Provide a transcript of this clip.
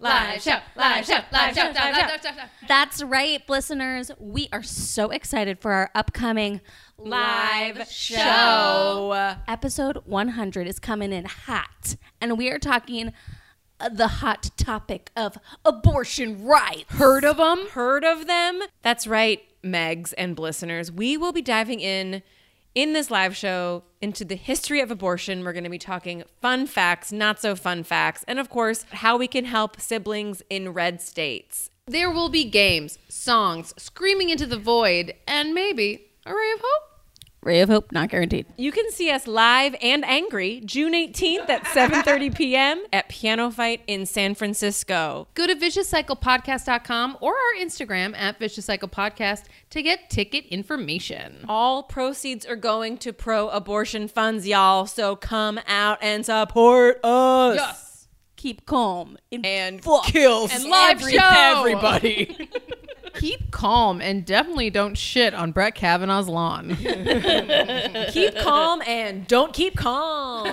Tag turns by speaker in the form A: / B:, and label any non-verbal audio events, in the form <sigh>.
A: live show, live show, live show, live show, live show,
B: That's right, listeners. We are so excited for our upcoming live show. Episode 100 is coming in hot, and we are talking uh, the hot topic of abortion rights.
A: Heard of them?
C: Heard of them? That's right, Megs and listeners. We will be diving in in this live show into the history of abortion. We're going to be talking fun facts, not so fun facts, and of course, how we can help siblings in red states.
A: There will be games, songs, screaming into the void, and maybe a ray of hope.
B: Ray of hope, not guaranteed.
C: You can see us live and angry June 18th at 7:30 p.m. at Piano Fight in San Francisco.
A: Go to viciouscyclepodcast.com or our Instagram at viciouscyclepodcast to get ticket information.
C: All proceeds are going to pro-abortion funds, y'all. So come out and support us.
B: Keep calm.
C: And
B: kills.
A: And live
B: every-
A: show.
D: Everybody.
A: Keep calm and definitely don't shit on Brett Kavanaugh's lawn. <laughs>
C: keep calm and don't keep calm.